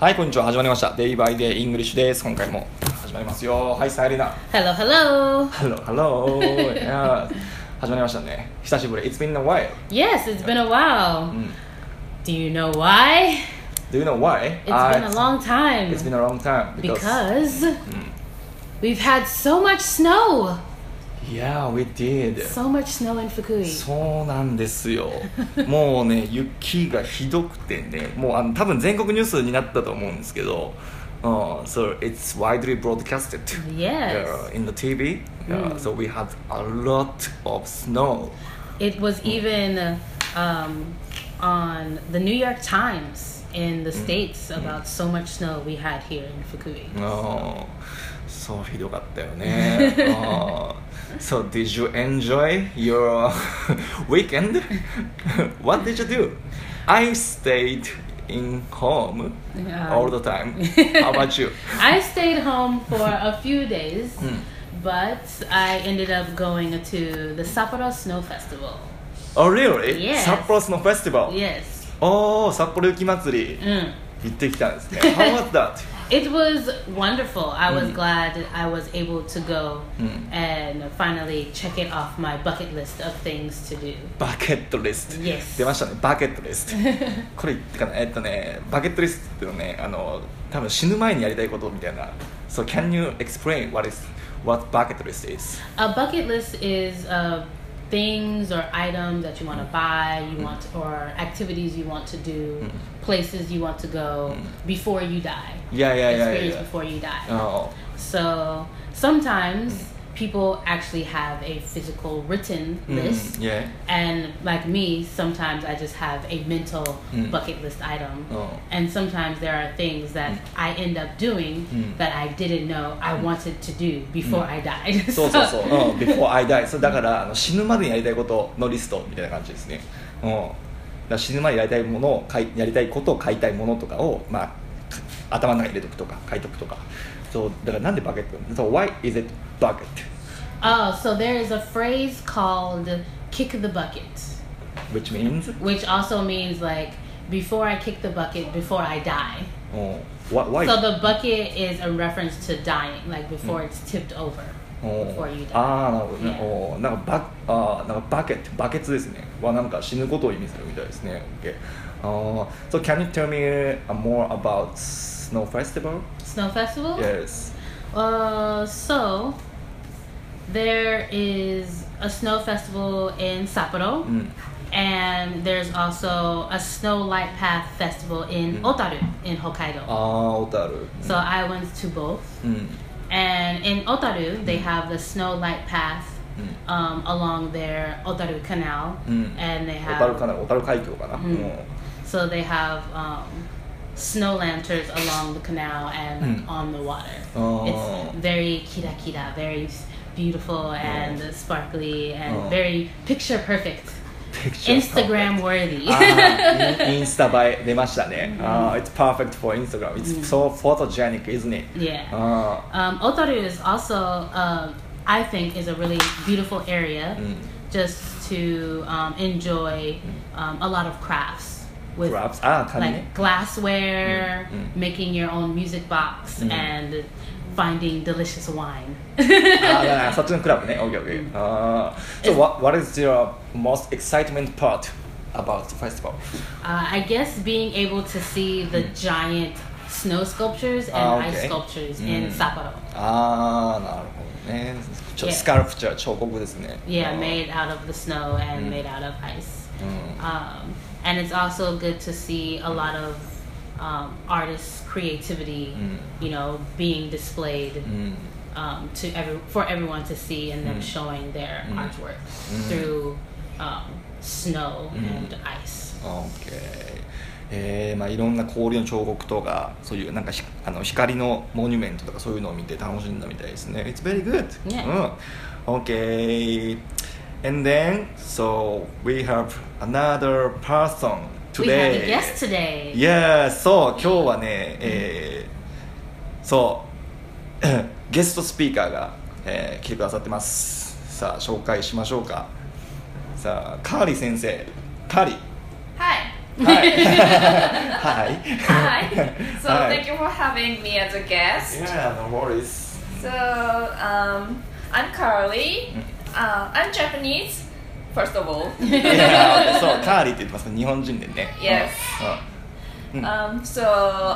はい、こんにちは。始まりました。デイバイデイイングリッシュです。今回も始まりますよ。はい、サイレナ。 Hello, hello. ハロー、ハロー。いやー 始まりましたね。久しぶり。It's been a while. Yes, it's been a while. うん Do you know why? Do you know why? It's Ah, been a long time. It's been Mm. a long time. because we've had so much snow. Yeah, we did. So much snow in Fukui. そうなんです よもうね雪がひどくてねもうあの多分全国ニュースになったと思うんですけど、うん、So it's widely broadcasted Yes. yeah, in the TV yeah,、So we had a lot of snow It Mm. was even um, on the New York Times in the Mm. States about so much snow we had here in Fukui. うんそうひどかったよねうん So did you enjoy your weekend? What did you do? I stayed in home Yeah. all the time. How about you? I stayed home for a few days, Mm. but I ended up going to the Sapporo Snow Festival. Oh really? Yes. 札幌スノーフェスティバル。 Yes. おお、札幌雪まつり Mm. 行ってきたんですね。How was that? It was wonderful. I Hmm. was glad I was able to go Mm. and finally check it off my bucket list of things to do. バケットリスト。 Yes. 出ましたね。バケットリ スト。これ言ってかな。えっとね、バケットリストっていうのね、あの多分死ぬ前にやりたいことみたいな。So can you explain what is what bucket list is? A bucket list is uh, things or items that you Hmm. want to buy, you want or activities you want to do, places you want to go before you die. Hmm. Yeah, yeah, yeah, Experience yeah, yeah. before you die. あ So sometimes people actually have a physical written ーうん list. Mm-hmm. Yeah. And like me, sometimes I just have a mental Mm. bucket list item. Oh. And sometimes there are things that I end up doing Mm. that I didn't know I wanted to do before I died. そうそうそう。うん。Before I die. そうだからあの死ぬまでにやりたいことのリストみたいな感じですね。うん。だから死ぬ前にやりたいものを買いやりたいことを買いたいものとかをまあ頭の中に入れとくとか買いとくとか。そうだからなんでバケット？そう Why is it bucket? Oh, so there is a phrase called kick the bucket, Which means? which also means like before I kick the bucket, before I die. うん。Why? why? So the bucket is a reference to dying, like before it's tipped over, うん before you die. ああなるほどね。 Yeah. おなんかバあーなんかバケットバケツですね。はなんか死ぬことを意味するみたいですね。OK。ああ。So can you tell me uh, more about Snow Festival? Snow festival. Yes. Uh, so there is a snow festival in Sapporo, うん。 and there's also a snow light path festival Mm. in Otaru in Hokkaido. ああ小樽 So I went to both, うん and in Otaru they have the snow light path Mm. um, along their Otaru Canal, Mm. and they 小樽 have かな小樽海峡かな、んうん so they have um, snow lanterns along the canal and Mm. on the water. Oh. It's very kira kira, very s- beautiful and sparkly and Oh. very picture perfect, Picture Ah. Instagram worthy. あーインインスタ映え出ましたね、ああ It's perfect for Instagram It's so photogenic isn't it? yeah. あ Um, Otaru is also, um, I think, is a really beautiful area あうん just to um, enjoy um, a lot of crafts with Hmm. Crafts ああ紙ね like glassware, Mm, mm. making your own music box, Mm. and finding delicious wine. ああだからそっちのクラブね OKOK、ああ So what, what is your most excitement part about the festival? Uh, I guess being able to see the giant snow sculptures and Ah, ice Mm. okay. sculptures Mm. in Sapporo. ああなるほどねちょ Yeah. スカルプチャー彫刻ですね Yeah, ああ made out of the snow Oh. Mm. Mm-hmm. and made out of ice. うん Um, and it's also good to see a lot of um, artists' creativity, Mm. you know, being displayed うん、 um, to every, for everyone to see and them showing their Mm. Mm. artwork through um, snow and ice. OK えーまあ、いろんな氷の彫刻とかそういうなんかひあの光のモニュメントとかそういうのを見て楽しんだみたいですね It's very good、 Yeah. うん、OK and then so we have another person We have today a guest today. yeah そう今日はね、えーそう ゲストスピーカーが、えー来てくださってますさあ紹介しましょうかさあカーリー先生カーリー Hi. はいは Hi. So Hi. thank you for having me as a guest. Yeah, no worries. So um, I'm Carly. Mm. Uh, I'm Japanese, first of all. いや そうカーリーって言ってますね日本人でね Yes. うんうん Um, so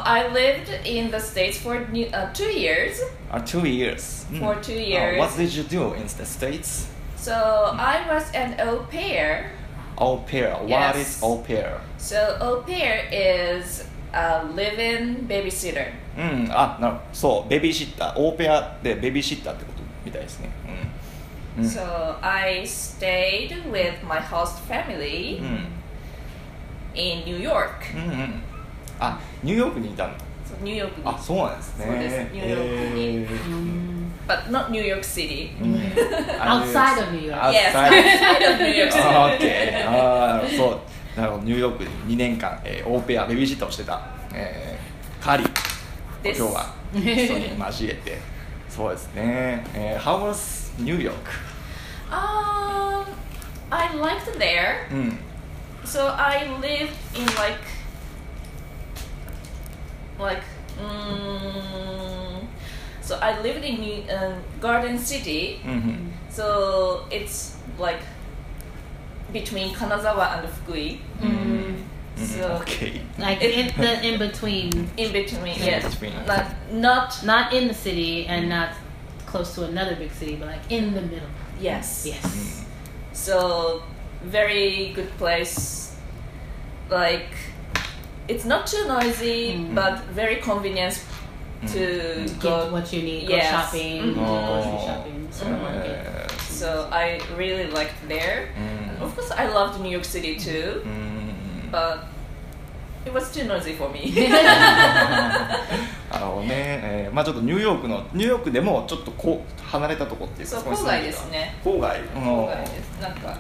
I lived in the states for new, uh, two years. Uh, two years. Mm. For two years. Uh, what did you do in the States? So Mm. I was an au pair. Au pair. What Yes. is au pair? So au pair is a live-in babysitter. うん、あなるそう、ベビーシッター、オーペアでベビーシッターってことみたいですね。うん。うん So I stayed with my host family うん、 in New York. うん、うん。あニューヨークにいたの So New York, あそうなんですね。そうですニューヨークにへー but not New York City. うん Mm. Outside of New Outside York. Uh-huh. Yes, outside of New York City. あー OK あーそうなるほどニューヨークで2年間、えー、オーペアベビーシッターをしてた、えー、カーリー今です日は人に交えてそうですね、えー、How was New York? Um, I liked there. うん So I lived in like, like, mm, so I lived in New- um, Garden City. うんうん So it's like between Kanazawa and Fukui. うん So OK Like in the in between, in between, In yes, between. like not not in the city and not close to another big city, but like in the middle. yes. Mm. Yes. So very good place. Like it's not too noisy, Mm. but very convenient Mm. to Get go. what you need. Yes. Go shopping. Mhm. Go grocery あ shopping. ー Supermarket. えー So I really liked there. うん Of course, I loved New York City too, うん but it was too noisy for me. あのね、えーまあちょっとニューヨークのニューヨークでもちょっとこう離れたとこっていうそうこに郊住ん外ででたすね。郊外うん郊外です。なんか、うん、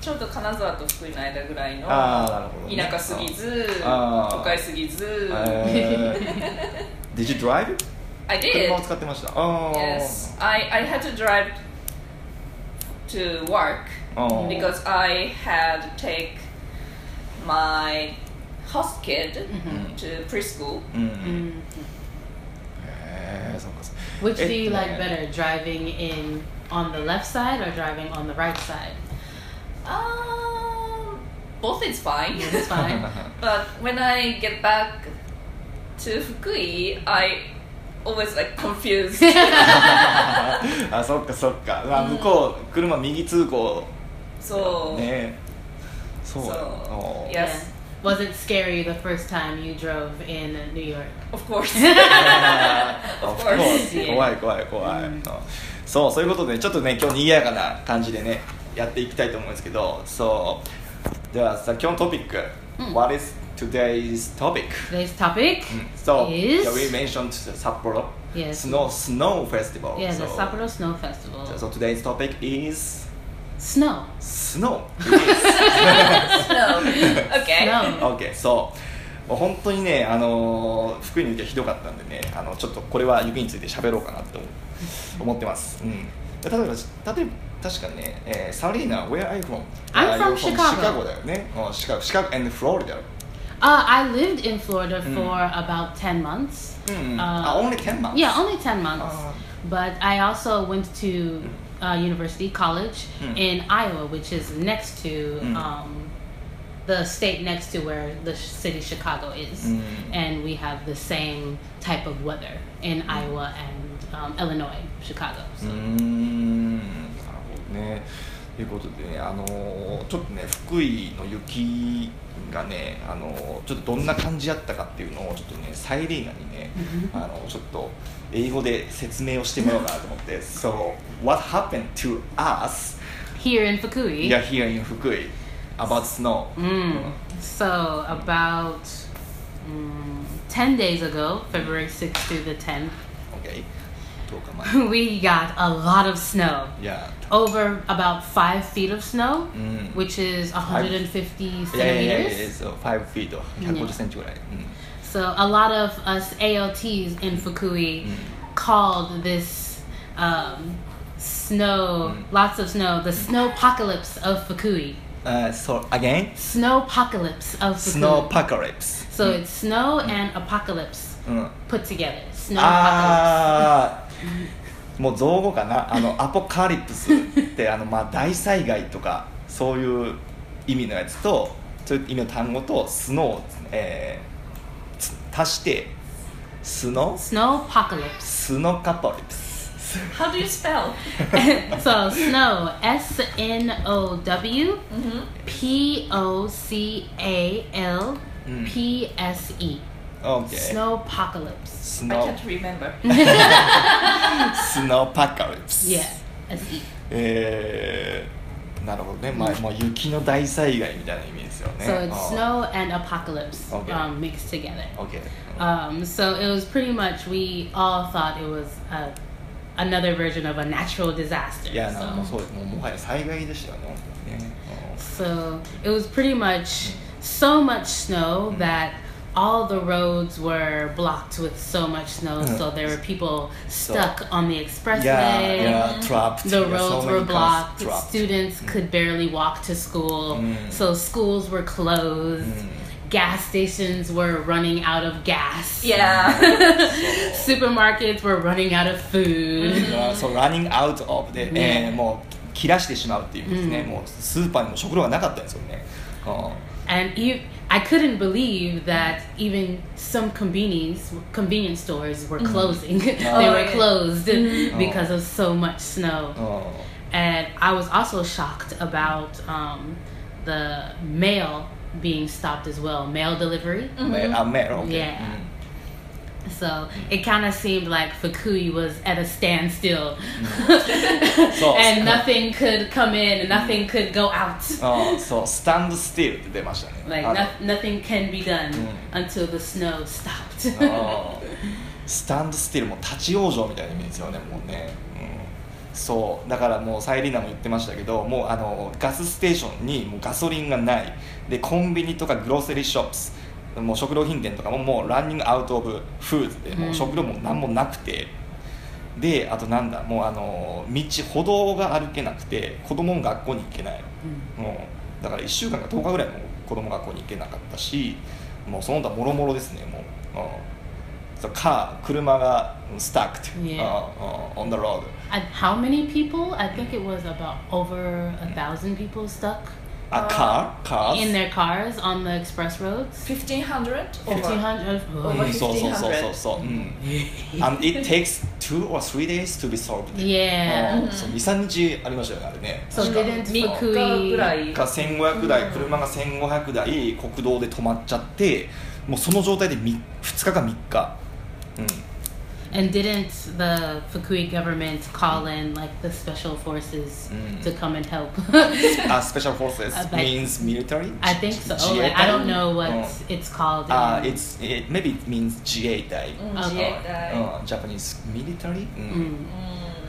ちょうど金沢と福井の間ぐらいのあーなるほどね田舎すぎず、あー都会すぎず。えー Did you drive? I did. 車を使ってましたあー Yes, I, I had to drive to work あー because I had to take my host kid to preschool. うん、 Mm. えー、そうかそうか Which do え you like better, driving in on the left side or driving on the right side? Um, both is fine, It's fine. but when I get back to Fukui, I always like confused. あそっかそっか、まあ、向こう車右通行 so ねそうそうあーいや Yes. Was it scary the first time you drove in New York? of course, あ of 怖い course, 怖い怖い怖い、そうそういうことでちょっとね今日にぎやかな感じでねやっていきたいと思うんですけどそうではさ今日のトピック、うん What is today's topic? Today's Mm. topic So is yeah, we mentioned Sapporo Yes. snow snow festival. yeah, the so, Sapporo Snow Festival. So today's topic is Snow. snow. Yes. no, okay. Snow. okay, so もう本当にね、あのー福井の雪はひどかったんでね、あのちょっとこれは雪について喋ろうかなと思思ってます。うん、で例えば例えば確かね、えー、サリーナ、where are you from? I'm Ah, you're from Chicago. シカゴだよね。うんシカゴ、シカゴ and Florida. Uh, I lived in Florida Mm. for about 10 months. うん、あ Uh, only 10 months. yeah, only 10 months. Ah. but I also went to uh, university college Mm. in Iowa, which is next to Mm. um, the state next to where the sh- city Chicago is. Mm. And we have the same type of weather in Iowa and um, Illinois, Chicago. うー So. んなるほどねということでね、あのーちょっとね福井の雪がね、あのーちょっとどんな感じやったかっていうのをちょっとねサイリーナにね、あのちょっと英語で説明をしてもらおうかなと思って「So what happened to us Here in Fukui. here here in 福井 about snow?、 Mm. So about mm, 10 days ago, February 6th through the 10th, Okay どうかまあ we got a lot of snow. いや Over about five feet of snow, Mm. which is 150 centimeters. いやいやいやいやそう5フィート150センチぐらい、 So a lot of us ALTs in Fukui Mm. called this um, snow, lots of snow, the snowpocalypse of Fukui. う uh, so again Snowpocalypse of Cocoon. snowpocalypse So it's snow and apocalypse うん、 put together. Snow Ah. あーもう造語かなあのアポカリプスってあの、まあ、大災害とかそういう意味のやつとそういう意味の単語とスノー、えーつ足してスノ apocalypse. スノカポリプス How do you spell? Snowpocalypse. so snow. S N O W P O C A L P S E. OK Snowpocalypse. ス I ノ can't remember. スノパカリプス Yeah. S E. えー、なるほどね、まあうんまあ、雪の大災害みたいな意味ですよね So it's あ snow and apocalypse Okay. um, mixed together. ー OK Um, so it was pretty much we all thought it was a, another version of a natural disaster. いやなんかもう so. そうもうもはや災害でしたよね本当にね So it was pretty much so much snow Mm-hmm. that all the roads were blocked with so much snow. Mm. So there were people So- stuck on the うん expressway. いやいやトラップ The roads were blocked. Students could barely walk to school. Mm. So schools were closed. Gas stations were running out of gas. Yeah. Supermarkets were running out of Mm-hmm. food. そう running out of で、えーもう切らしてしまうっていう意味ですね、うんもうスーパーにも食料がなかったんですよね、う And you, I couldn't believe that even some convenience convenience stores were closing. they Oh, were yeah. closed because of so much snow. んうん And I was also shocked about um, the mail being stopped as well, mail delivery. メあメロ Yeah. So it kind of seemed like Fukui was at a standstill, Mm. So- uh, mm-hmm. and nothing could come in, and nothing could go out. うん、そうスタンドスティールって出ましたね Like あの no- nothing can be uh, done Mm. Oh. until the snow stopped. あースタンドスティールも立ち往生みたいな意味ですよねもうね、うん、そうだからもうサイリーナも言ってましたけどもうあのガスステーションにもうガソリンがないでコンビニとかグローセリーショップスもう食料品店とかももうランニングアウトオブフーズでもう食料も何もなくて、であとなんだもうあの道歩道が歩けなくて子供も学校に行けない、もうだから1週間か10日ぐらいもう子供学校に行けなかったしもうその他もろもろですねもう、うん、そうカー車がスタック Yeah. オン・ザ・ロード and how many people? I think it was about over a thousand people stuck あカーカ in ー their cars on the express roads. 1500 Fifteen over. hundred. Oh, うん、そうそうそうそう1500そう、うん、And it takes two or three days to be solved、 Yeah. うんそう23日ありましたよねあれね So 確か didn't ぐら Fukui い。が1500台車が1500台国道で止まっちゃってもうその状態で2日か3日、うん、 and didn't the Fukui government call in like the special forces Mm. to come and help? A special forces Uh, but- means military? I think so. 自衛 Like, 隊 I don't know what うん it's called. Uh, in- it's, it, maybe it means 自衛隊、うんあ自衛隊。うん Japanese military? うん Mm.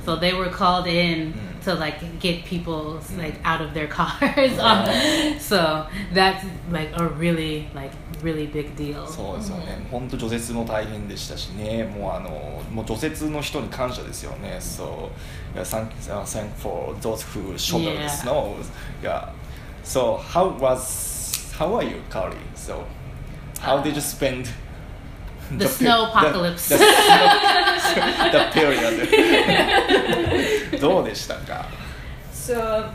So they were called in Mm. to like get people like out of their cars. Um, so that's like a really like really big deal. そうですよね、本当除雪も大変でしたしね、もうあのもう除雪の人に感謝ですよね、そう、thank thank for those who shovel Yeah. the snow, yeah. So how was how are you, Carly? So how did you spend The pe- snowpocalypse. The, the, snow- the period. どうでしたか。 So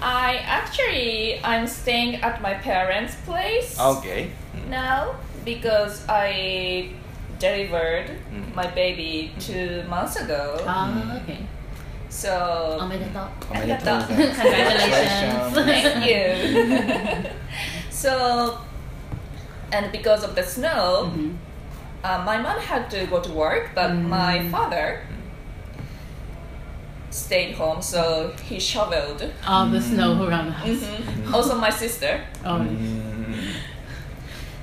I actually I'm staying at my parents' place Ah, Okay. now because I delivered Mm. my baby two months ago. Ah, okay. So Omedetou. おめでとうございます Congratulations. Thank you. so, and because of the snow, Mhm. uh, my mom had to go to work, but my father stayed home, so he shoveled. All the Mm. snow around the house. Also, my sister. Oh, うーん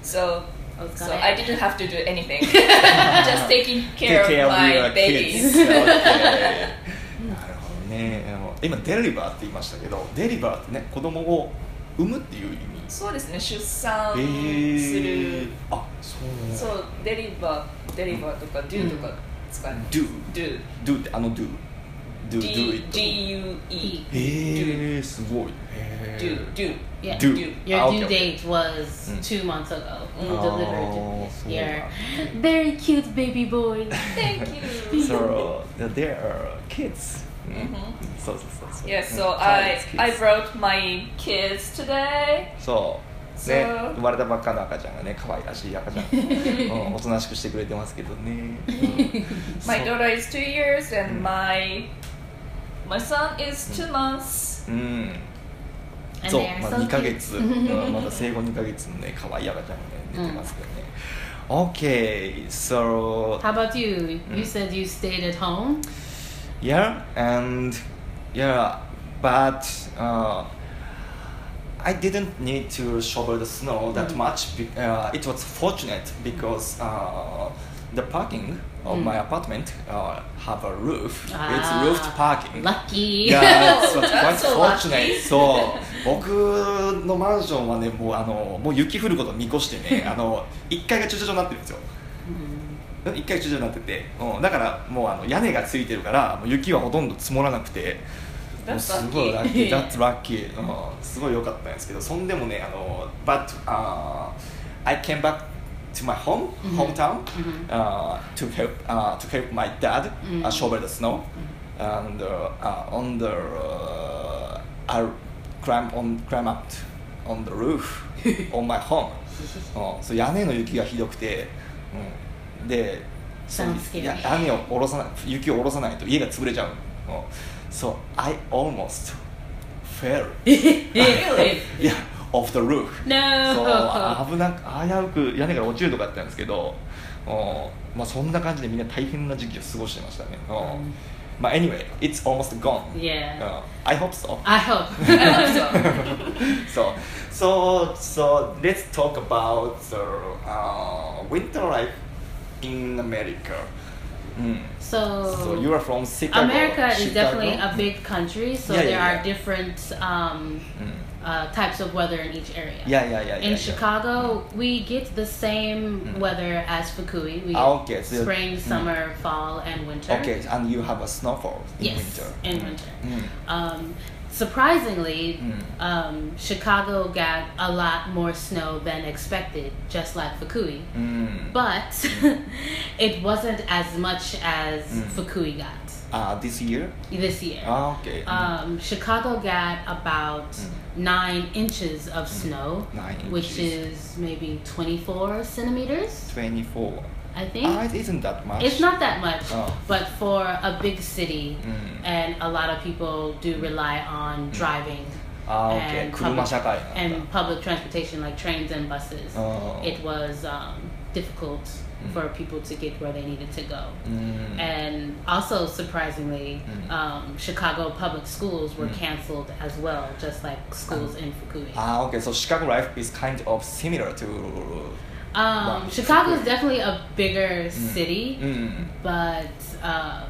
So, so got it. I didn't have to do anything. Just taking care, Take care of of my your babies. kids. Okay. なるほどねあの今デリバーって言いましたけどデリバーってね子供を産むっていう意味そうですね、出産すえる、ー、あそうなんだそう、デリバー、デリバーとか、デューとか使います。Mm. Do Do Do ってあの Do do do D it D U E へえすごいへ do え do Yeah. Do. Your Ah, due okay, okay. date was Mm. two months ago. You Oh, delivered so your very cute baby boy. Thank you. Mm-hmm. so there are kids うんそうそうそうそう Yeah, う so ん I キ I ッズ brought my kids today. そうそうね生まれたばっかの赤ちゃんがね可愛らしい赤ちゃん、うん、おとなしくしてくれてますけどね、うん、 My そう daughter is two years Mm. and my my son is two months. うん、 And そう they're ま so だ cute. 2ヶ月、うんまだ生後2ヶ月のね可愛い赤ちゃんがね出てますけどね、Okay, so How about you? You Mm. said you stayed at home. yeah, and yeah, but uh, I didn't need to shovel the snow that Mm. much. Be- uh, it was fortunate because uh, the parking of Mm. my apartment uh, have a roof. Ah, it's roofed parking. Lucky. いやー、 そう、こ That's so いつ fortunate lucky. そう、僕のマンションはね、もうあの、もう雪降ることを見越してね、あの、1階が駐車場になってるんですよ。 Mm. 1階駐車場になってて、うん、だからもうあの屋根がついてるからもう雪はほとんど積もらなくてもう That's すごいラッキ lucky. ー That's lucky、うん、すごい良かったんですけどそんでもねあの But、uh, I came back to my home Mhm. hometown、 Mhm. uh, to help uh, to help my dad、 Mhm. uh, shovel the snow and uh, uh, on the uh, I climb on climb up on the roof on my home うん、そう屋根の雪がひどくて、うん、でそう Sounds scary. いや屋根を下ろさない雪を下ろさないと家が潰れちゃう、うん、そう I almost fell Really? yeah, off the roof そうあ No. 危なく危うく屋根から落ちるとかやったんですけど、うんまあ、そんな感じでみんな大変な時期を過ごしてましたね、うんまあ anyway it's almost gone、 Yeah. うん I hope so I hope. so so so let's talk about the uh, winter life in America. Mm. So, So you are from Chicago. Oh. America is Chicago? definitely a big country, so Yeah, yeah, there are yeah. different um, Mm. uh, types of weather in each area. Yeah, yeah, yeah. yeah, Mm-hmm. In yeah. Chicago, we get the same Mm. weather as Fukui. We Ah, okay, so- spring, mm. summer, fall, and winter. Okay, and you have a snowfall in Yes, winter. in Mm. winter. Mm. Um, surprisingly, Mm. um, Chicago got a lot more snow than expected, just like Fukui. Mm. But it wasn't as much as Mm. Fukui got uh, this year? this year. Ah, okay. Mm. Um, Chicago got about Mm. nine inches of snow, Nine which inches. is maybe 24 centimeters, 24. I think. Ah, it isn't that much. Eh? it's not that much, Oh. but for a big city, Mm. and a lot of people do rely on driving Ah, okay. and, 車 public, 社会 and public transportation like trains and buses. あー It was um, difficult for people to get where they needed to go. うん。 And also, surprisingly, Mm. um, Chicago public schools were Mm. canceled as well, just like schools in Fukui. Ah, okay. So Chicago life is kind of similar to. mm, um, wow. Mm-hmm. Chicago is definitely a bigger city, Mm. but um,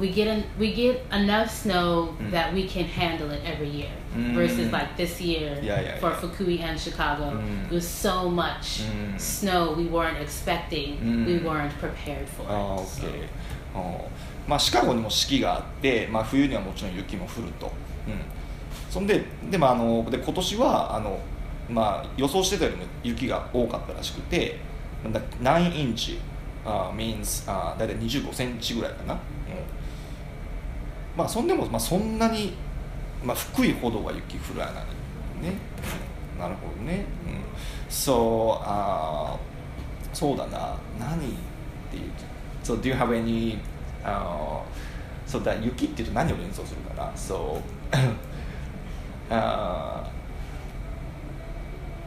we get an, we get enough snow Mm. that we can handle it every year. Mm. Versus like this year Yeah, yeah, for yeah. Fukui and Chicago, Mm. it was so much Mm. snow we weren't expecting, Mm. Oh, we weren't prepared for. あー it, so. OK あーまあ、シカゴにも四季があって、まあ、冬にはもちろん雪も降ると、うん、そんでで,、まあ、あので今年はあの、まあ、予想してたよりも雪が多かったらしくてなんだ9インチ、あー means あー大体25センチぐらいかな、うんまあ、そんでも、まあ、そんなに、まあ、福井ほどは雪降らないねなるほどね、うん、そうあーそうだな何っていう So do you have any、uh, So that 雪っていうと何を連想するかな So、uh,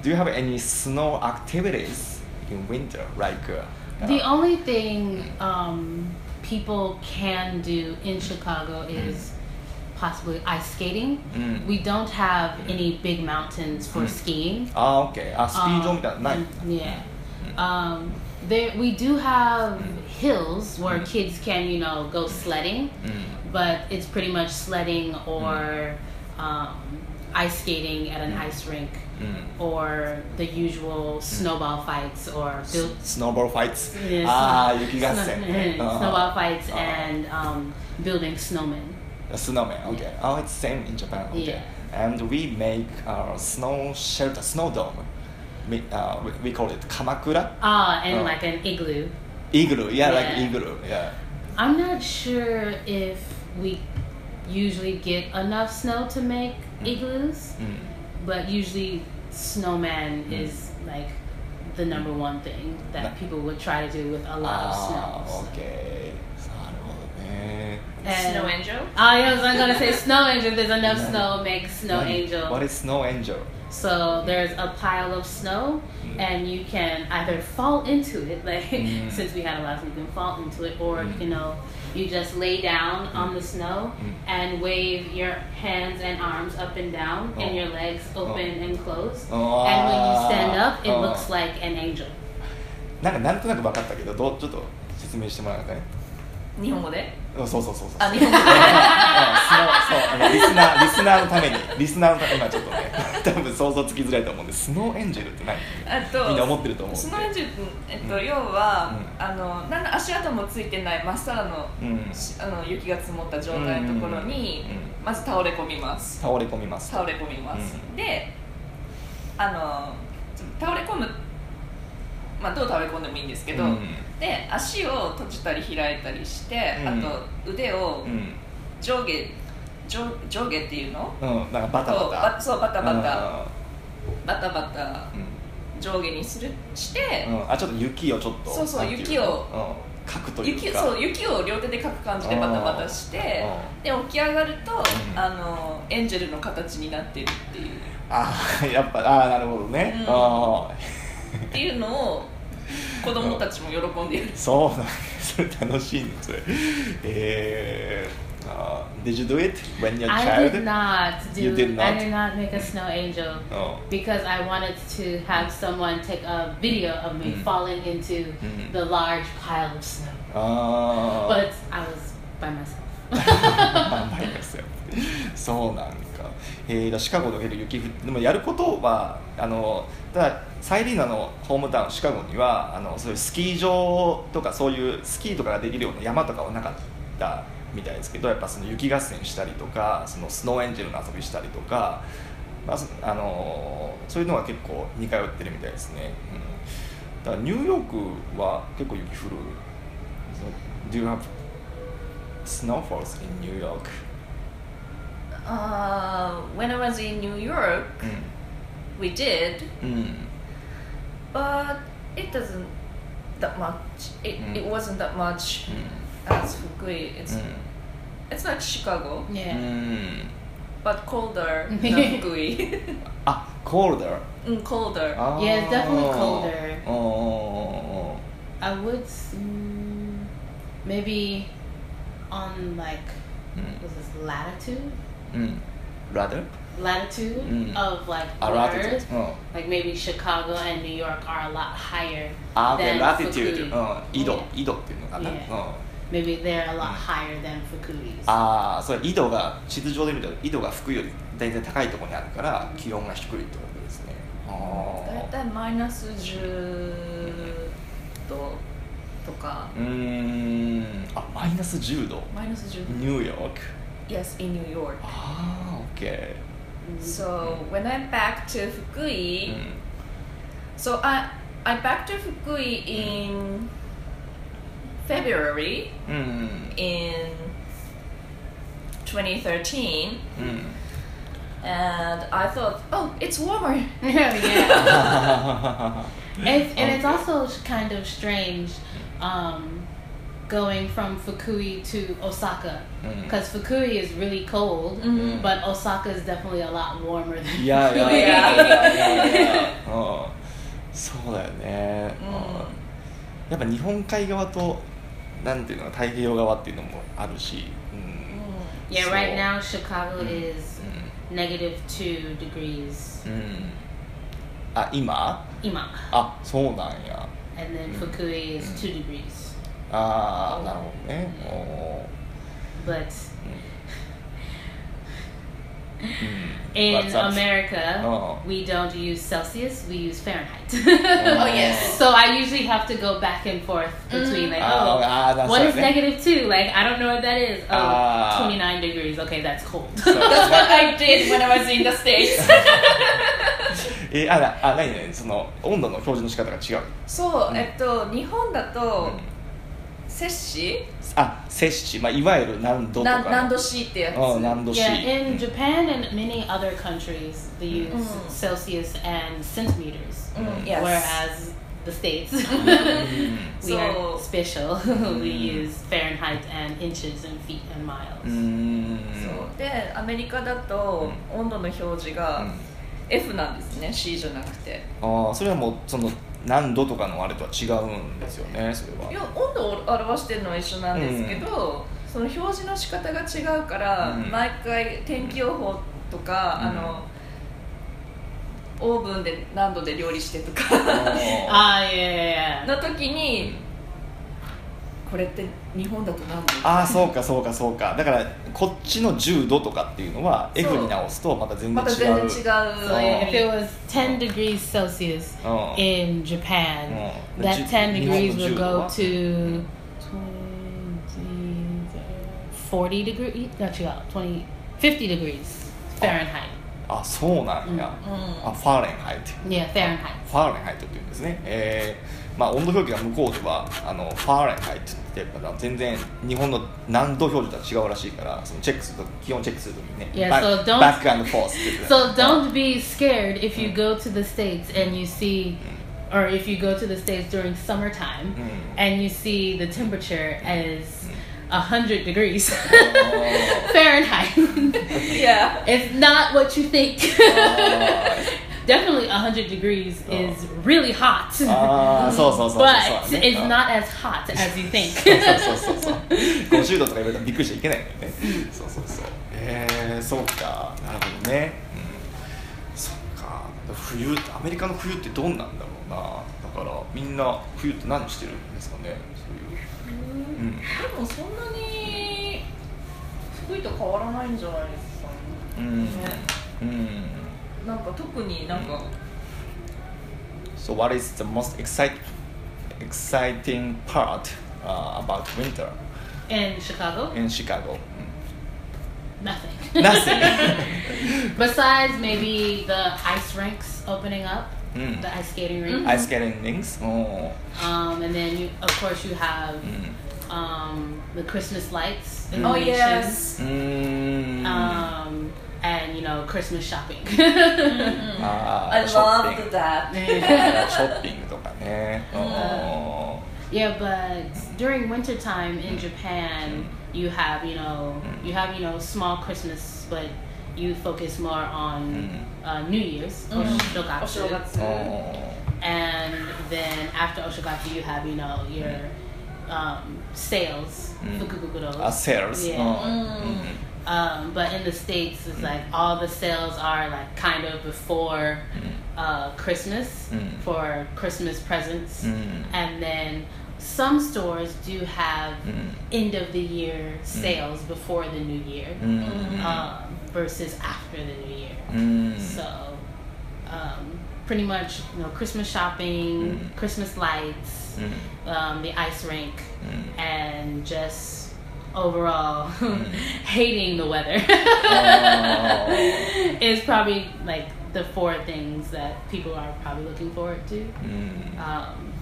Do you have any snow activities in winter like、uh, The only thing Mm. um, people can do in Chicago is possibly ice skating. Mm. We don't have any big mountains for Mm. skiing. あー OK あスピード Um, みたいなのない Yeah. Um, there, we do have hills where Mm. kids can, you know, go sledding, うん but it's pretty much sledding or um, ice skating at an ice rink うん or the usual snowball fights or build, ススノーボールファイツ yeah, ああ snow- 雪合 snow- yeah, 戦 snowball fights あー and um, building snowmen. A snowman. Okay. Yeah. Oh, it's same in Japan. Okay. Yeah. And we make our snow shelter, snow dome. We, uh, we, we call it kamakura Ah, and Oh. like an igloo. igloo. Yeah, like Yeah. igloo. Yeah. I'm not sure if we usually get enough snow to make igloos, Mm. but usually snowman Mm. is like the number one thing that Yeah. people would try to do with a lot Ah, of snow. okay. なるほどね。 And- Snow angel. Oh, yeah, I was gonna say snow angel. There's enough Yeah. snow, make snow Like, angel. What is snow angel? So there's a pile of snow, Mm. and you can either fall into it, like Mm. since we had a lot of snow, you can fall into it, or Mm. you know, you just lay down on the snow Mm. and wave your hands and arms up and down, Oh. and your legs open Oh. and closed. Oh, And when you stand up, it oh. looks like an angel. なんかなんとなく分かったけど、どうちょっと説明してもらえないかね。日本語で？うんそうそうそうそう。あ、日本語で。 あのそうそうあのリスナーリスナーのためにリスナーのため今ちょっとね多分想像つきづらいと思うんでスノーエンジェルって何えっと、みんな思ってると思うんでスノーエンジェルえっと、うん要は、うあのなんだ足跡もついてない真っさらの,、うんしあの雪が積もった状態のところに、うんうんまず倒れ込みます倒れ込みます倒れ込みます、うであの倒れ込むまあどう倒れ込んでもいいんですけど、うんで足を閉じたり開いたりして、うんあと腕をうん、上下上上下っていうのうん、なんかバタそうバタそうバタバタタバタバタ上下にするして、うん、うんあちょっと雪をちょっとそうそうなんてい雪のをうん、かくとい雪うかそう雪を両手でかく感じでバタバタしてで起き上がると、んあのエンジェルの形になってるっていうああやっぱああなるほどね、うんあっていうのを子供たちも喜んでいるあそうなんだそれ楽しいねそれえー、あー Did you do it when you're I child? did not do. You did I not? did not make a snow angel Oh. because I wanted to have someone take a video of me Mm. falling into Mm. the large pile of snow. ああ But I was by myself. ないですよそうなんか、えー、シカゴのける雪降ってでもやることはあのただサイリーナのホームタウンシカゴにはあのそういうスキー場とかそういうスキーとかができるような山とかはなかったみたいですけどやっぱその雪合戦したりとかそのスノーエンジェルの遊びしたりとか、まあ、そあのそういうのは結構似通ってるみたいですね、うん、だからニューヨークは結構雪降る Do you have snowfalls in New York? あ Uh, When I was in New York うん we did うん but it doesn't that much it, Mm. it wasn't that much うん as Fukui it's、it's like Chicago う Yeah. ん but colder than Fukui あ colder うん colder あー Yeah, it's definitely colder. おーお I would s- mm, maybe on like was this ーおー latitude? おーうんうん rather? Latitude Mm. of like a the ratitude Earth. うん Like maybe Chicago and New York are a lot higher あ than Ah, okay latitude Oh, う Fukui. ん緯度 Yeah. 緯度っていうのかなう Yeah. ん Maybe they're a lot Mm. higher than Fukui's. ああそれ緯度が地図上で見ると緯度が福井より大体高いところにあるから気温が低いってことですねあだいあたいマイナス10度とか、うーんあマイナス10度マイナス10度ニューヨーク Yes, in New York. ああ OK So when I back to う Fukui, ん so I I back to Fukui in February うん in 2013, うんうん and I thought, oh, it's warmer. yeah. あ It's, and it's also sh- kind of strange um, going from Fukui to Osaka Mm. because Fukui is really cold, Mm. but Osaka is definitely a lot warmer than いやいや Fukui. いやいやいやいやうんそうだよね、うんやっぱ日本海側となんていうの太平洋側っていうのもあるし、うん、 Yeah, So- right now Chicago Mm. is negative two degrees うんうんあ今 ima, あそうなんや and then Mm. Fukui is Mm. two degrees. ああなるほどねお But In What's up? America, Oh. we don't use Celsius, we use Fahrenheit. Oh, yes. so I usually have to go back and forth between, like, Ah, oh, ah, that's what right, is yeah. negative two? Like, I don't know what that is. Oh, Ah. 29 degrees. Okay, that's cold. That's what I did when I was in the States. えーあなあ何ねその温度の表示の仕方が違うそうう、んえっと、日本だとうん、摂氏あ摂氏、まあ、いわゆる何度とかな何度 C ってやつ。うん何度 C yeah, in Japan and many other countries, they use Mm. Celsius and centimeters, うん、yes. whereas the States. うん、 We So- are special. we Mm. use Fahrenheit and inches and feet and miles. うんそうで、アメリカだと温度の表示が F なんですね、C じゃなくて。うんああそれはもうその何度とかのあれとは違うんですよねそれはいや温度を表してるのは一緒なんですけど、その表示の仕方が違うから、うん毎回天気予報とか、うんあのオーブンで何度で料理してとかあ Ah, yeah, yeah, yeah. の時にこれって日本だと何度あーそうかそうかそうかだからこっちの10度とかっていうのはそう F に直すとまた全ま然た違う、全然違う Oh. If it was 10 degrees Celsius Oh. in Japan, Oh. that Ju- 10 Nihon degrees no would judo. go to 20, 40 degrees, not you out, 20, 50 degrees Fahrenheit. あそうなんや、うんあファーレンハイト Yeah, Fahrenheit. ファーレンハイトっていうんですね、えーまあ、温度表記が向こうではあのファーレンハイトってまだ全然日本の何度表示とは違うらしいからそのチェックすると気温チェックするときにね Yeah, バッ so don't- バックアンドフォースって言ってた So don't be scared if you go to the States and you see, or if you go to the States during summertime Mm. and you see the temperature as 100 degrees あ Fahrenheit. いや it's not what you think. ー Definitely 100 degrees Oh. is really hot. あーそうそうそうそうそうだ But ね it's うん not as hot as you そう think. そうそうそうそう50度とか言われたらびっくりしちゃいけないんだよねそうそうそうえー、そうかなるほどね、うん、そっか冬アメリカの冬ってどんなんだろうなだからみんな冬って何してるんですかねそういう、うんでもそんなに冬と変わらないんじゃないですかねうんうんなんか特になんか、 So what is the most excite, exciting part、uh, about winter In Chicago, in Chicago? nothing. うん Nothing. Besides maybe the ice rinks opening up, Mm. the ice skating rink, Ice skating rings? おー um, and then you, of course you have うん。 um, the Christmas lights. Mm. Oh, illuminations, yes. うーん。 Um, and you know Christmas shopping. Mm-hmm. あ I ーショッ loved ピング that あーショッピングとかね。お yeah, but during wintertime in Japan, you have you know you have you know small Christmas, but you focus more on Mm. uh, New Year's or Mm-hmm. Shokatsu. お正月ーおー and then after Oshigatsu, you have you know your um, sales, Mm. fukubukuros. あ、セールス。 Yeah. うん Um, but in the states, it's like all the sales are like kind of before uh, Christmas Mm. for Christmas presents, うんうん。 and then some stores do have end of the year sales before the new year うん。 um, versus after the new year. うん。 So, um, pretty much, you know, Christmas shopping, Mm. Christmas lights, うん um, the ice rink, うん。 and just overall hating the weather Oh. あ is probably like the four things that people are probably looking forward to. ーうん。 Um,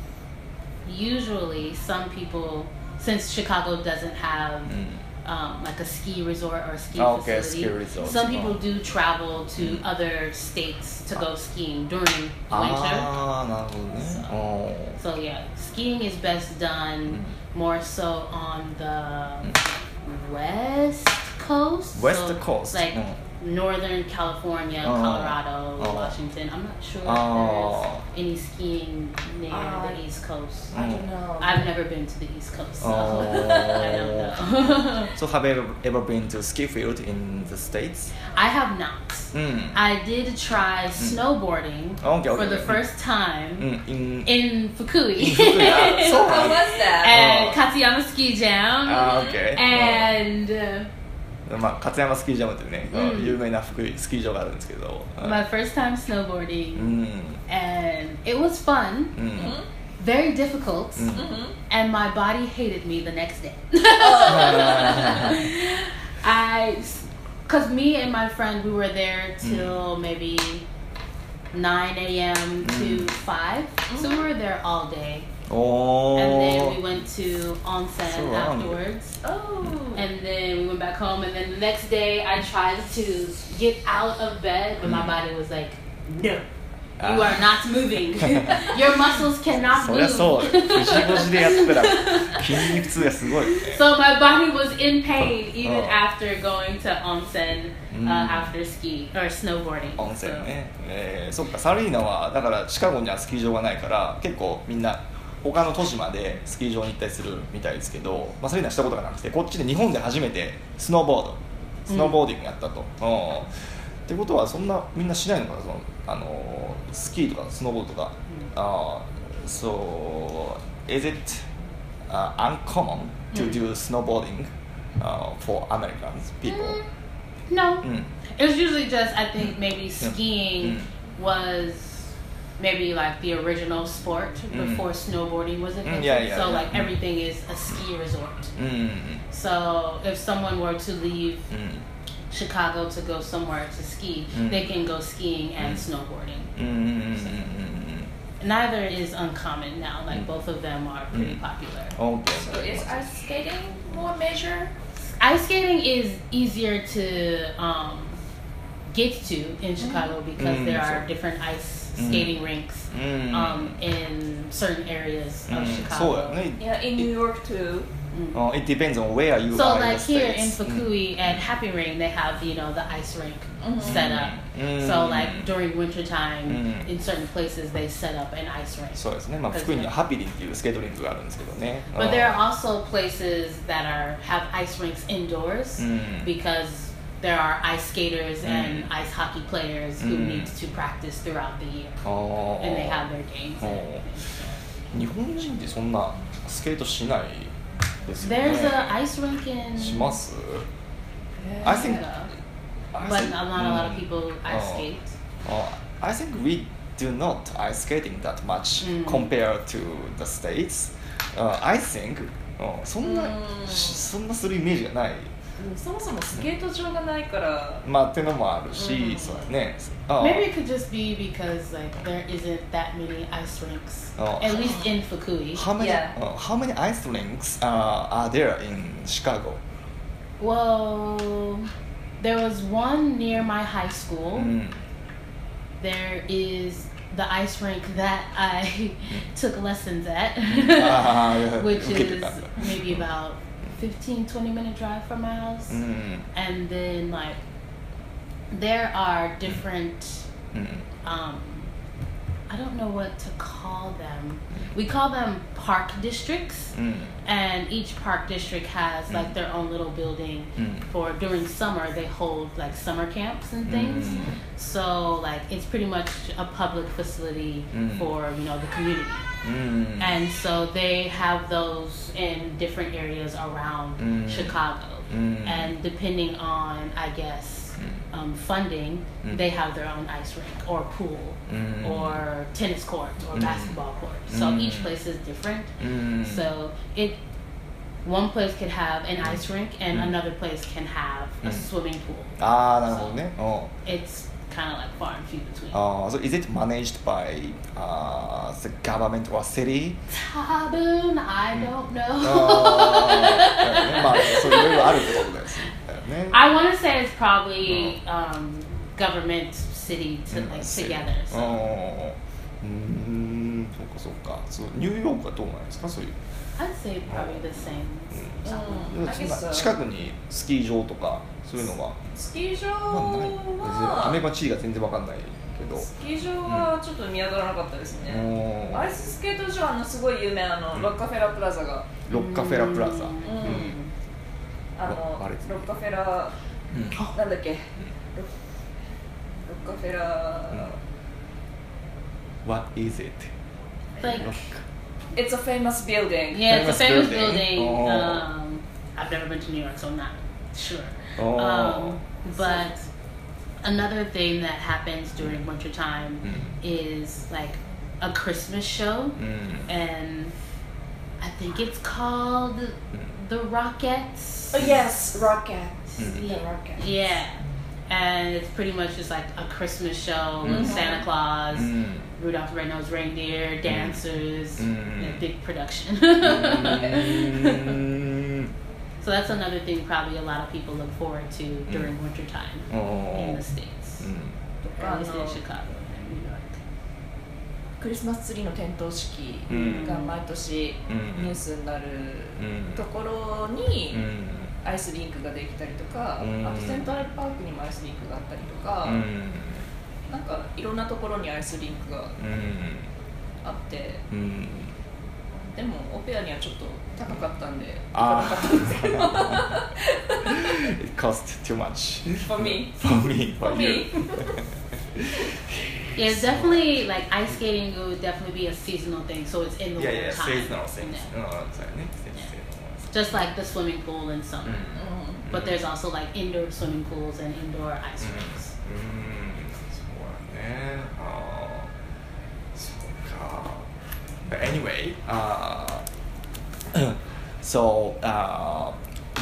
usually, some people, since Chicago doesn't have うん。 um, like a ski resort or a ski Oh, okay, ski facility. resort. Some people Oh. do travel to Mm. other states to go skiing during winter. あー、なるほどね。おー So yeah, skiing is best Mm. done more so on the west coast. West so Coast. like Mm. northern California, Oh. Colorado, Oh. Washington. I'm not sure Oh. if there's any skiing near Ah. the east coast. I don't know I've never been to the east coast, so Oh. I don't know. So have you ever been to ski field in the States? I have not. うん。 I did try snowboarding Mm. Oh, Okay, okay, for the okay. Mm. first う time ん。in- in Fukui あそう How なんだ Ah. and was that? Katsuyama Ski Jam. あー、OK。 And uh, まあ、勝山スキージャムというね、うん有名な福井スキー場があるんですけど、うん My first time snowboarding, うん and it was fun, うん very difficult, Mm. and my body hated me the next day. あ I, cause me and my friend we were there Mm. till maybe 9 a.m. Mm. to 5, so we were there all day, ーお and then we ー went to Oh. onsen So long. afterwards, Oh. and then we went back home, and then the next day I tried to get out of bed, but my Mm. body was like, no. You are not moving. Your muscles cannot そ move. りゃそうよ肘腰でやってたら筋肉痛がすごい So my body was in pain even Oh. after going to onsen uh, Mm. eh? after ski or snowboarding. 温泉 So- ね、えーそっかサルーナはだからシカゴにはスキー場がないから結構みんな他の都市までスキー場に行ったりするみたいですけど、まあ、サルーナしたことがなくてこっちで日本で初めてスノーボードスノーボーディングやったと、うんってことはそんなみんなしないのかなその、あのースキーとかスノーボードとか、ああそう is it、uh, uncommon to do snowboarding、uh, for American people、 Mm, no, うん it was usually just I think maybe Mm. skiing was maybe like the original sport Mm. before snowboarding was invented. yeah, yeah, so yeah. like Mm. everything is a ski resort. うんうん So if someone were to leave うん Chicago to go somewhere to ski, Mm. they can go skiing and snowboarding. うんうんうんうんうんうん Neither is uncommon now. Like both of them are pretty Mm. popular. オーケー So is ice skating more major? Ice skating is easier to um, get to in Chicago because Mm, there are so- different ice Mm. skating rinks うん um, in certain areas う of んそうだよ Chicago. ね Yeah, in New York too. Mm. うん It depends on where you So are in like the here in States. Mm. Fukui at Happy Ring, they have you know the ice rink Mhm. set up. うん So like during wintertime, Mm. in certain places they set up an ice rink. そうですね、まあ、福井にはハピリンっていうスケートリンクがあるんですけどね But there are Oh. also places that are have ice rinks indoors うん because there are ice skaters and Mm-hmm. Mm. ice hockey players who Mm. need to practice throughout the year あー and they have their games. and Oh. everything, so. 日本人ってそんなスケートしないですよ There's a ね ice rink in します I think Canada, I but think- Mm. Oh. not, not a lot of people うん ice あー skate. Uh, I think we do not ice skating that much Mm. compared to the states. Uh, I think うんそんな、 Mm. しそんなするイメージがない。そもそもスケート場がないから。まあってのもあるし、 Mm. そうだね。あ Maybe it could just be because like there isn't that many ice rinks, Oh. at least in Fukui. How many、 Yeah. uh, how many ice rinks uh, are there in Chicago? Well, there was one near my high school. うん。 There is the ice rink that I took lessons at, あー which 受けて is たんだ maybe about 15, 20 minute drive from my house. うん。 And then, like, there are different, うん。 um, I don't know what to call them. We call them park districts. うん。 And each park district has like their own little building Mm. for during summer they hold like summer camps and うん things. So like it's pretty much a public facility Mm. for you know the community, うん。 and so they have those in different areas around Mm. Chicago, うん。 and depending on I guess um, funding, Mm. they have their own ice rink or pool うん。 or tennis court or Mm. basketball court. So Mm. each place is different. うん。 So it one place could have an ice rink and Mm. another place can have a Mm. swimming pool. ああなるほどね。うん。 It's kind of like far and few between. Uh, so is it managed by uh, the government or city? Tabun, Hmm. I don't know. あ Oh, ーだよねまあそういろいろあるってことですだよね。 I want to say it's probably Oh. um, government city to Hmm, like together. うん So うーんそうかそうかそうニューヨークはどうなんですかそういう I'd say probably the same. Hmm. Mm. something. うん I guess そんな so. 近くにスキー場とかそういうのは、スキー場まあ、ないアメリはカ地理が全然わかんないけどスキー場はちょっと見当たらなかったですね。うんアイススケート場あのすごい有名あのロッカフェラプラザがロッカフェラプラザ、 Mm. うんあのああれですねロッカフェラうんなんだっけロロッカフェラ What is it? Like It's a famous building yeah, it's a Famous famous building. building. Oh. Um, I've never been to New York, so I'm not sure. Oh. Um, but another thing that happens during wintertime Mm. is like a Christmas show, うん、 and I think it's called The Rockettes. Oh, yes, rocket. The rocket. Yeah. And it's pretty much just like a Christmas show Mhm. with Santa Claus, うん、 Rudolph the Red-Nosed Mm-hmm. Reindeer, dancers, Mhm. and a big production. Mm-hmm. うん、 so that's another thing probably a lot of people look forward to Mm-hmm. during wintertime お in お the、States. うん、 Or at least in Chicago and New York. クリスマスツリーの点灯式うんが毎年うんニュースになるうんところにうん、アイスリンクができたりとか、うんあとセントラルパークにもアイスリンクがあったりとか、うん、なんかいろんなところにアイスリンクがうん、あってうん、でもオペアにはちょっと高かった んで行かなかあったんですけど it cost too much For me. for me, for you. Yeah, it's definitely like ice skating would definitely be a seasonal thing, so it's in the Yeah, winter yeah, time. seasonal things. うん、Yeah. そうやね、seasonal. Just like the swimming pool in summer. うん。 But there's also like indoor swimming pools and indoor ice うん rinks. mm, そうだねあーそうか But anyway uh, so uh,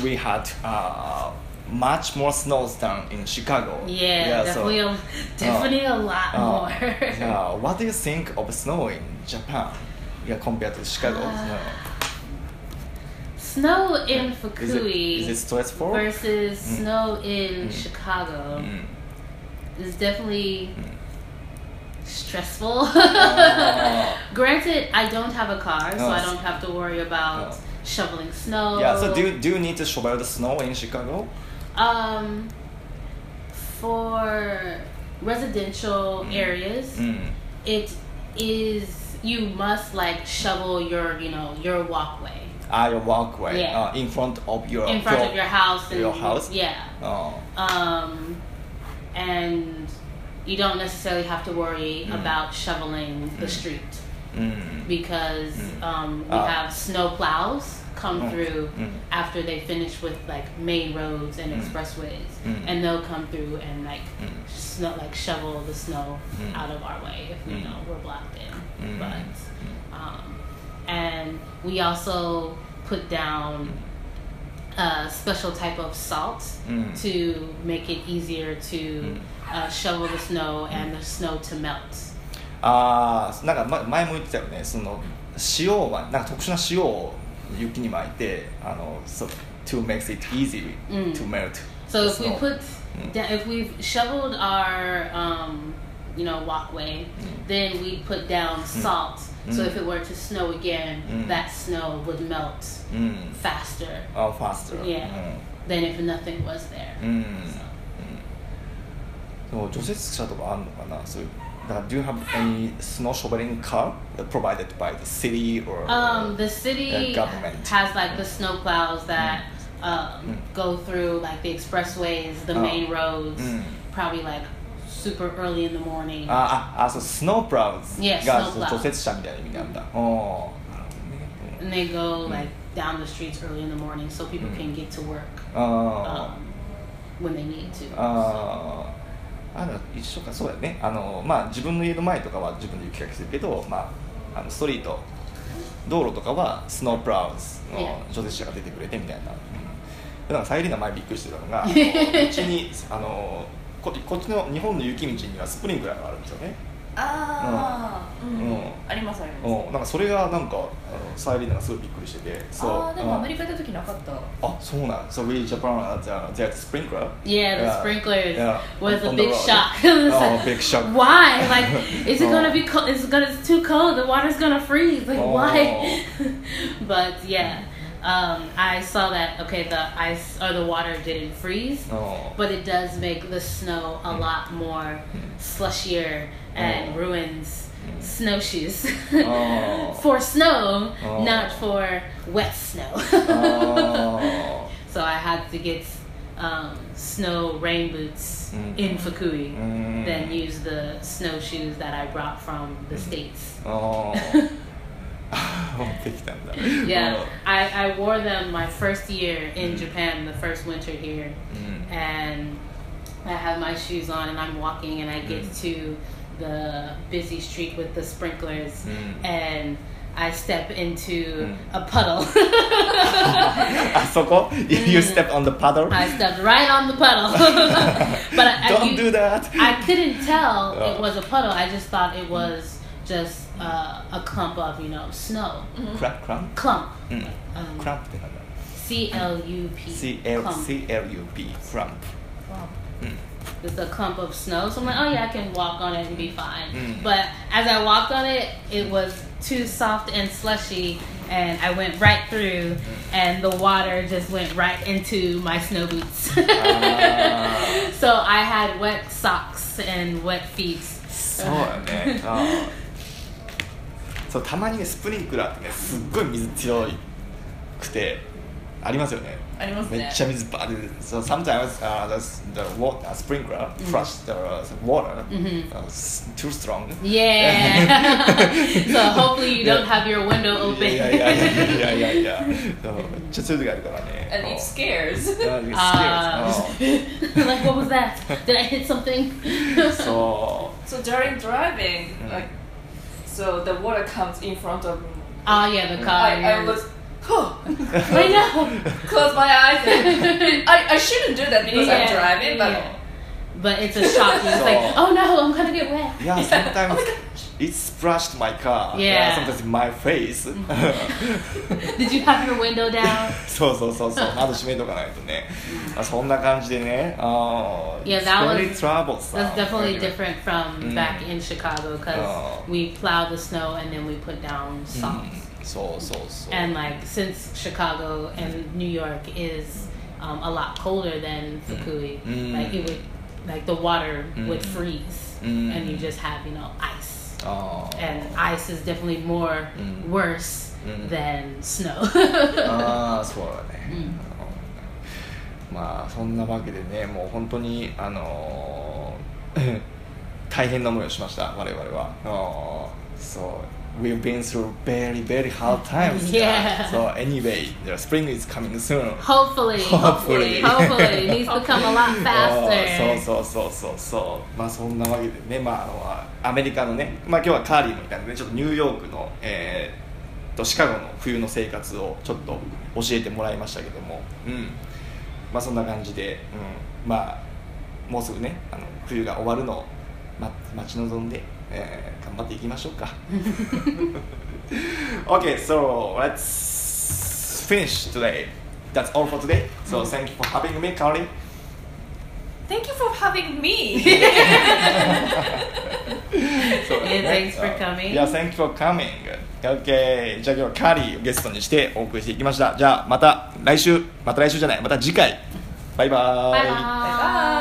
we had uh, much more snows than in Chicago Yeah, so, definitely, a, definitely a lot uh, more. yeah, what do you think of snow in Japan yeah, compared to Chicago Uh, Snow in Fukui is, it, is it stressful? versus Mm. snow in Mm. Chicago Mm. is definitely Mm. stressful. Ah. Granted, I don't have a car, so Oh, I s- don't have to worry about Oh. shoveling snow. yeah so do you, do you need to shovel the snow in Chicago? Um, for residential Mm. areas, Mm. it is you must like shovel your you know your walkway Ah, your walkway Yeah. uh, in front of your in front of your house. And, your house? Yeah. Oh, Um, and you don't necessarily have to worry Mm. about shoveling the Mm. street mm. because Mm. um, we Ah. have snow plows come Mm. through Mm. after they finish with like main roads and Mm. expressways Mm. and they'll come through and like Mm. snow like shovel the snow Mm. out of our way if you Mm. know we're blocked in Mm. but um, and we also put down a special type of salt Mm. to make it easier to Mm. uh, shovel the snow and the snow to melt ああなんかま前も言ってたよねその塩はなんか特殊な塩を雪に巻いてあのそう to makes it easy うん to melt So the if we snow. put, Mm. da- if we've shoveled our, um, you know, walkway, then we put down salt. So Mm. if it were to snow again, Mm. that snow would melt うん faster oh faster Yeah. than if nothing was there. うん、うんうん、そう除雪車とかあるのかなそういうだから do you have any snow shoveling car provided by the city or Um, the city The government. has like the snow plows that um, Mm. go through like the expressways, the Oh. main roads, Mm. Ah. probably like super early in the morning. あああそうスノープラウズ Yes, が snow そう plows. 除雪車みたいな意味なんだ、おーなるほどねうん and they go Mm. like down the streets early in the morning so people Mm. Oh. can get to work. あ um, when they need to. ーあーあの一緒かそうだよねあの、まあ、自分の家の前とかは自分で雪かきするけど、まあ、あのストリート道路とかはスノープラウズの Yeah. 除雪車が出てくれてみたいな、うん、なんかサイリーナ前びっくりしてたのがあの道にあのここっちの日本の雪道にはスプリンクラーがあるんですよね、ああ、うんうんありますあります、うん、なんかそれがなんかあのサイリーナがすごいびっくりしててそうああでもアメうリんカ行った時なかったあそうなん So we in Japan uh, there's sprinkler Yeah, the Yeah. sprinklers Yeah. was a On the big road. shock. It's Oh, like, big shock. Why? Like, is it Oh. gonna be cold? It's gonna it's too cold. The water's gonna freeze. Like, Oh. why? but yeah, um, I saw that. Okay, the ice or the water didn't freeze, うん but it does make the snow a lot more slushier Hmm. and Oh. ruins snowshoes Oh. for snow, Oh. not for wet snow. あ So I had to get um, snow rain boots Mm. in Fukui, ーうん then use Mm. Oh. the snowshoes that I brought from the States. あー 持ってきたんだ Yeah, I, I wore them my first year Mm. in Japan, the first winter here, うん、 and I have my shoes on and I'm walking and I get Mm. to the busy street with the sprinklers Mm. and I step into Mm. a puddle. あそこ If you step on the paddle I stepped right on the puddle, but I, I, Don't you- do that I couldn't tell Yeah. it was a puddle. I just thought it was just uh, a clump of you know snow. クラクラン Clump. うん Um, クランプってなんだ C L U P. Clump. CLUP クランプ It's a clump of snow. So I'm like, oh yeah, I can walk on it and be fine. Mm. But as I walked on it, it was too soft and slushy, and I went right Mm. through, and the water just went right into my snow boots. Ah. so I had wet socks and wet feet. そうだ ねうんそうたまにねスプリンクラーってねすっごい水強いくてありますよねありますねめっちゃ水バーって出て so sometimes、uh, the, the water sprinkler flush the water、uh, s- too strong Yeah. so hopefully you don't have your window い open. やいやいやいやいやいやそうめっちゃ強い時あるからね And it scares. うん Ah. そう like what was that? Did I hit something? そ So during driving, Mm. like, so the water comes in front of me. Oh yeah, the car. I, I yeah. was, oh, I know. close my eyes. And I, I shouldn't do that because I'm Yeah, driving, but yeah. But it's a shock. It's like, So- oh no, I'm gonna get wet. ういや sometimes it splashed my car Yeah. sometimes my face Did you have your window down? そうそうそうそう窓閉めとかないとねあそんな感じでねああ Yeah, that was- troublesome That's definitely different from Mm. back in Chicago because Oh. Mm. we plow the snow and then we put down うん socks. そうそうそう And like since Chicago and New York is um, a lot colder than Fukui, Mm. like it would, like the water would Mm. freeze, Mm. and you just have you know ice. あー and ice is definitely more Mm. worse Mm. Uh. than snow. ああそうだね、うんうんまあそんなわけでねもう本当にあのー 大変な思いをしました我々はあーそう We've been through very very hard times Yeah. so anyway the spring is coming soon hopefully, Hopefully. Oh, hopefully, it needs to come a lot あー faster. そうそうそうそうそうまあそんなわけでねまああのアメリカのねまあ今日はカーリーもいたんでねちょっとニューヨークのえーっとシカゴの冬の生活をちょっと教えてもらいましたけどもうんまあそんな感じで、うん、まあもうすぐねあの冬が終わるのを、ま、待ち望んで、えー頑張っていきましょうか Okay, so let's finish today. That's all for today. So thank you for having me, Carly. thank you for having me. So, Yeah, thanks for coming. Yeah, thank you for coming. Okay. じゃあ今日はカーリーをゲストにしてお送りしていきました。じゃあまた来週、また来週じゃない、また次回。バイバー Bye イ bye.